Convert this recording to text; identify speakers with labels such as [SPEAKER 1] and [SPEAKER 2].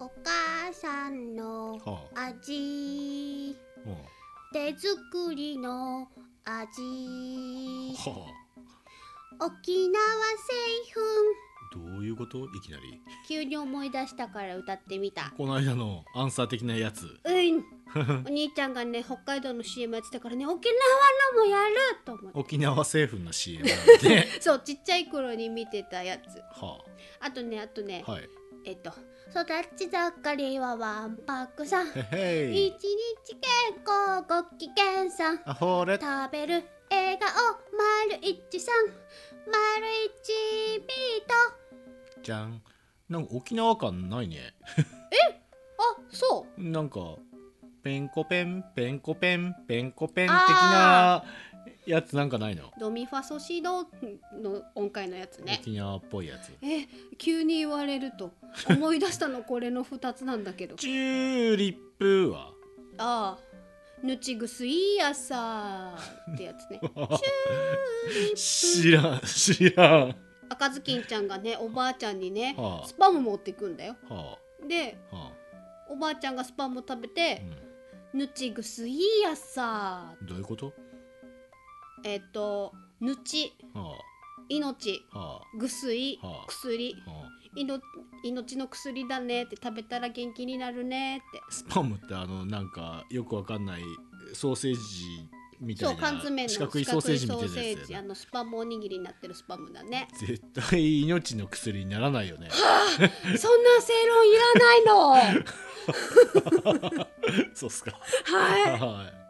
[SPEAKER 1] 2お母さんの
[SPEAKER 2] は
[SPEAKER 1] 味
[SPEAKER 2] あ、は
[SPEAKER 1] 手作りの味
[SPEAKER 2] あ、は
[SPEAKER 1] 沖
[SPEAKER 2] あ、
[SPEAKER 1] 縄
[SPEAKER 2] どういうこといきなり
[SPEAKER 1] 製粉急に思い出したから歌ってみた
[SPEAKER 2] この間のアンサー的なやつ
[SPEAKER 1] うん お兄ちゃんがね北海道の CM やってたからね沖縄のもやると思って
[SPEAKER 2] 沖縄政府の CM で
[SPEAKER 1] そうちっちゃい頃に見てたやつ
[SPEAKER 2] は
[SPEAKER 1] あとねあとね、
[SPEAKER 2] あ、はい
[SPEAKER 1] えっと育ち盛りはわんぱくさん
[SPEAKER 2] へへ
[SPEAKER 1] 一
[SPEAKER 2] い
[SPEAKER 1] 日健康ご機嫌さん食
[SPEAKER 2] あほれ
[SPEAKER 1] べる笑顔丸一さん丸一ビート
[SPEAKER 2] じゃんなんか沖縄感ないね
[SPEAKER 1] あそう
[SPEAKER 2] なんかペンコペンペンコペンペンコペン的なやつなんかないの
[SPEAKER 1] ドミファソシドの音階のやつね
[SPEAKER 2] 沖縄っぽいやつ
[SPEAKER 1] え急に言われると思い出したのこれの2つなんだけど
[SPEAKER 2] チューリップは
[SPEAKER 1] ああぬちぐすいやさーってやつね
[SPEAKER 2] 知らん知らん、は
[SPEAKER 1] 赤ずきんちゃんがねおばあちゃんにね
[SPEAKER 2] あ
[SPEAKER 1] スパム持ってくんだよ
[SPEAKER 2] は
[SPEAKER 1] で
[SPEAKER 2] あはあ
[SPEAKER 1] おばあちゃんがスパム食べて
[SPEAKER 2] う
[SPEAKER 1] 「ぬちぐすいやさ
[SPEAKER 2] ん、どういうこと
[SPEAKER 1] ー」えっ、と「ぬち
[SPEAKER 2] は
[SPEAKER 1] 命
[SPEAKER 2] あは
[SPEAKER 1] ぐすい
[SPEAKER 2] はあ
[SPEAKER 1] 薬
[SPEAKER 2] あはあ
[SPEAKER 1] いの命の薬だね」って食べたら元気になるねって
[SPEAKER 2] スパムってあのなんかよくわかんないソーセージみた
[SPEAKER 1] そう
[SPEAKER 2] い
[SPEAKER 1] 缶
[SPEAKER 2] な
[SPEAKER 1] 詰の
[SPEAKER 2] 四角いソーセージみたいな
[SPEAKER 1] 四角いソ
[SPEAKER 2] やつ
[SPEAKER 1] ーセージ
[SPEAKER 2] だよ
[SPEAKER 1] あ
[SPEAKER 2] ね
[SPEAKER 1] のスパムおにぎりになってるスパムだね
[SPEAKER 2] 絶対命の薬にならないよね
[SPEAKER 1] そんな正論いらないの
[SPEAKER 2] そうっすか
[SPEAKER 1] はい
[SPEAKER 2] はい